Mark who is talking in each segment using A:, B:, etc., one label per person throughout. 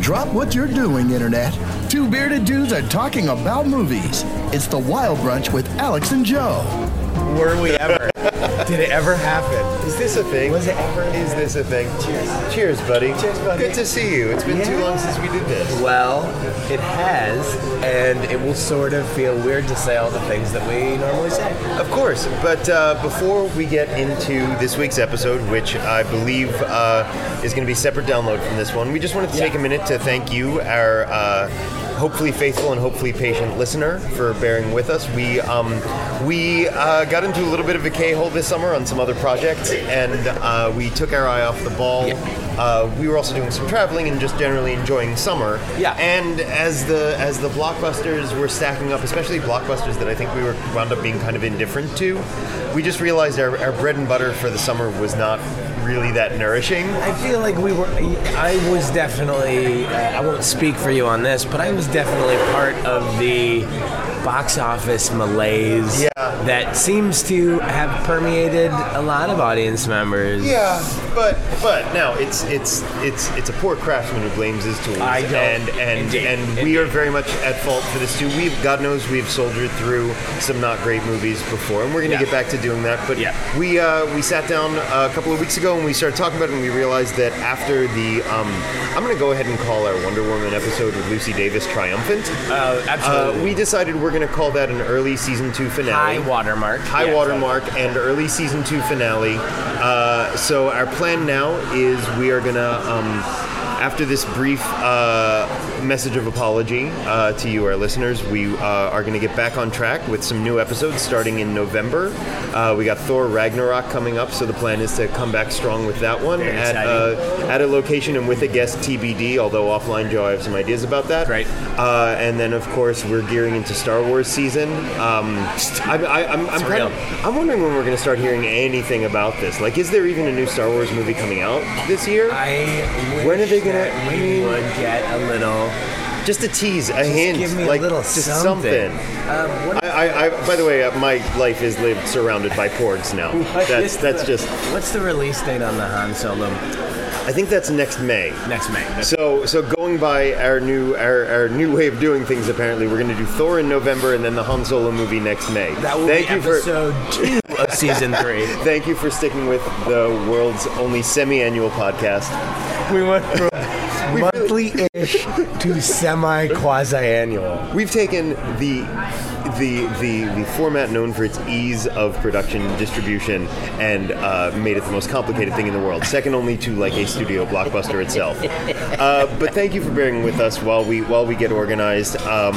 A: Drop what you're doing, Internet. Two bearded dudes are talking about movies. It's the Wild Brunch with Alex and Joe.
B: Were we ever? Did it ever happen?
C: Is this a thing?
B: Was it ever?
C: Is this a thing?
B: Cheers.
C: Cheers, buddy.
B: Cheers, buddy.
C: Good to see you. It's been too
B: Yeah.
C: long since we did this.
B: Well, it has, and it will sort of feel weird to say all the things that we normally say.
C: Of course, but uh, before we get into this week's episode, which I believe uh, is going to be a separate download from this one, we just wanted to
B: Yeah.
C: take a minute to thank you, our uh, hopefully faithful and hopefully patient listener, for bearing with us. We um, we uh, got into a little bit of a K hole this summer on some other projects, and uh, we took our eye off the ball.
B: Yeah.
C: Uh, we were also doing some traveling and just generally enjoying summer.
B: Yeah.
C: And as the as the blockbusters were stacking up, especially blockbusters that I think we were wound up being kind of indifferent to, we just realized our, our bread and butter for the summer was not really that nourishing.
B: I feel like we were. I was definitely. uh, I won't speak for you on this, but I was definitely part of the box office malaise
C: Yeah.
B: that seems to have permeated a lot of audience members.
C: Yeah, but but now it's it's it's it's a poor craftsman who blames his tools.
B: I don't.
C: And and
B: Indeed.
C: and we are very much at fault for this too. We've God knows we've soldiered through some not great movies before, and we're going to
B: Yeah.
C: get back to doing that. But
B: Yeah.
C: we uh, we sat down a couple of weeks ago and we started talking about it, and we realized that after the um, I'm going to go ahead and call our Wonder Woman episode with Lucy Davis triumphant.
B: Uh,
C: Uh,
B: absolutely.
C: we decided we're going to call that an early season two finale
B: high watermark.
C: high
B: Yeah,
C: watermark and early season two finale. Uh, so our plan now is we are gonna. Um, after this brief uh, message of apology uh, to you, our listeners, we uh, are going to get back on track with some new episodes starting in November. Uh, we got Thor Ragnarok coming up, so the plan is to come back strong with that one
B: Very
C: at, uh, at a location and with a guest TBD. Although offline, Joe, I have some ideas about that.
B: Great.
C: Uh, and then, of course, we're gearing into Star Wars season. Um, I, I, I'm, I'm, kind of, I'm wondering when we're going to start hearing anything about this. Like, is there even a new Star Wars movie coming out this year?
B: I wish
C: When are they gonna-
B: that
C: I
B: We
C: mean-
B: would get a little.
C: just a tease, a hint,
B: give me a
C: like
B: little
C: just
B: something.
C: something.
B: Um, what
C: I, I, I, by the way, uh, my life is lived surrounded by porgs now.
B: What
C: That's
B: is
C: that's
B: the-
C: just.
B: What's the release date on the Han Solo
C: I think that's next May.
B: next May?
C: So, so going by our new our, our new way of doing things, apparently we're going to do Thor in November and then the Han Solo movie next May.
B: That will
C: Thank
B: be
C: you for
B: episode two of season three.
C: thank you for sticking with the world's only semi-annual podcast.
B: we went from monthly-ish to semi-quasi-annual.
C: We've taken the the the the format known for its ease of production and distribution and uh, made it the most complicated thing in the world, second only to like a studio blockbuster itself. Uh, but thank you for bearing with us while we while we get organized. Um,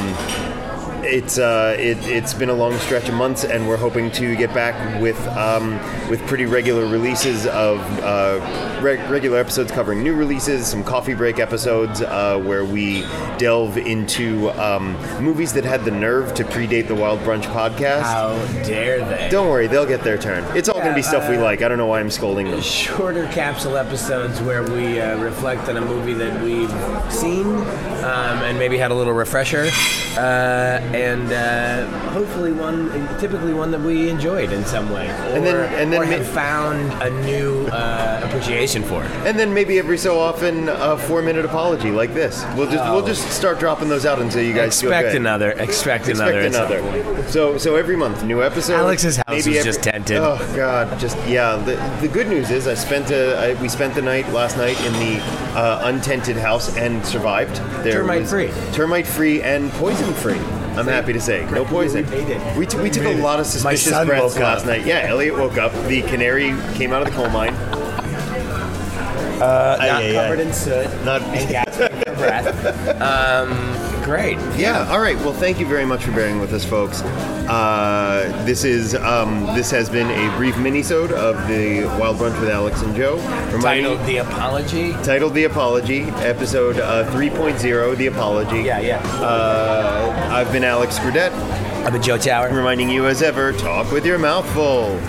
C: it's uh, it, it's been a long stretch of months, and we're hoping to get back with um, with pretty regular releases of uh, reg- regular episodes covering new releases, some coffee break episodes uh, where we delve into um, movies that had the nerve to predate the Wild Brunch podcast.
B: How dare they?
C: Don't worry, they'll get their turn. It's all going to be stuff we like. I don't know why I'm scolding them.
B: Shorter capsule episodes where we uh, reflect on a movie that we've seen um, and maybe had a little refresher, uh, and uh, hopefully one, typically one that we enjoyed in some way, or,
C: And then- and then
B: or
C: ma-
B: have found a new uh, appreciation for.
C: And then maybe every so often a four-minute apology like this. We'll just we'll just start dropping those out until you guys feel
B: Expect
C: good.
B: another. Expect, another.
C: Expect
B: at some
C: another.
B: point.
C: So so every month, new episode.
B: Alex's house was just tented.
C: Oh God, just yeah. The, the good news is I spent a, I, we spent the night last night in the uh, untented house and survived. There
B: Termite
C: was-
B: free.
C: termite free, and poison free. I'm happy to say, no poison.
B: We made it.
C: We, t- we took a lot of suspicious
B: son
C: breaths
B: woke up.
C: last night. Yeah, Elliot woke up. The canary came out of the coal mine. Uh,
B: not covered in soot,
C: Not-
B: and gasping for breath. Um, great.
C: Yeah. All right. Well, thank you very much for bearing with us, folks. Uh, this is um, this has been a brief minisode of the Wild Brunch with Alex and Joe. Reminding-
B: Titled the apology.
C: titled the apology episode uh, 3.0 the apology
B: Yeah, yeah.
C: uh, i've been alex grudette
B: I'm a Joe Tower.
C: reminding you as ever talk with your mouth full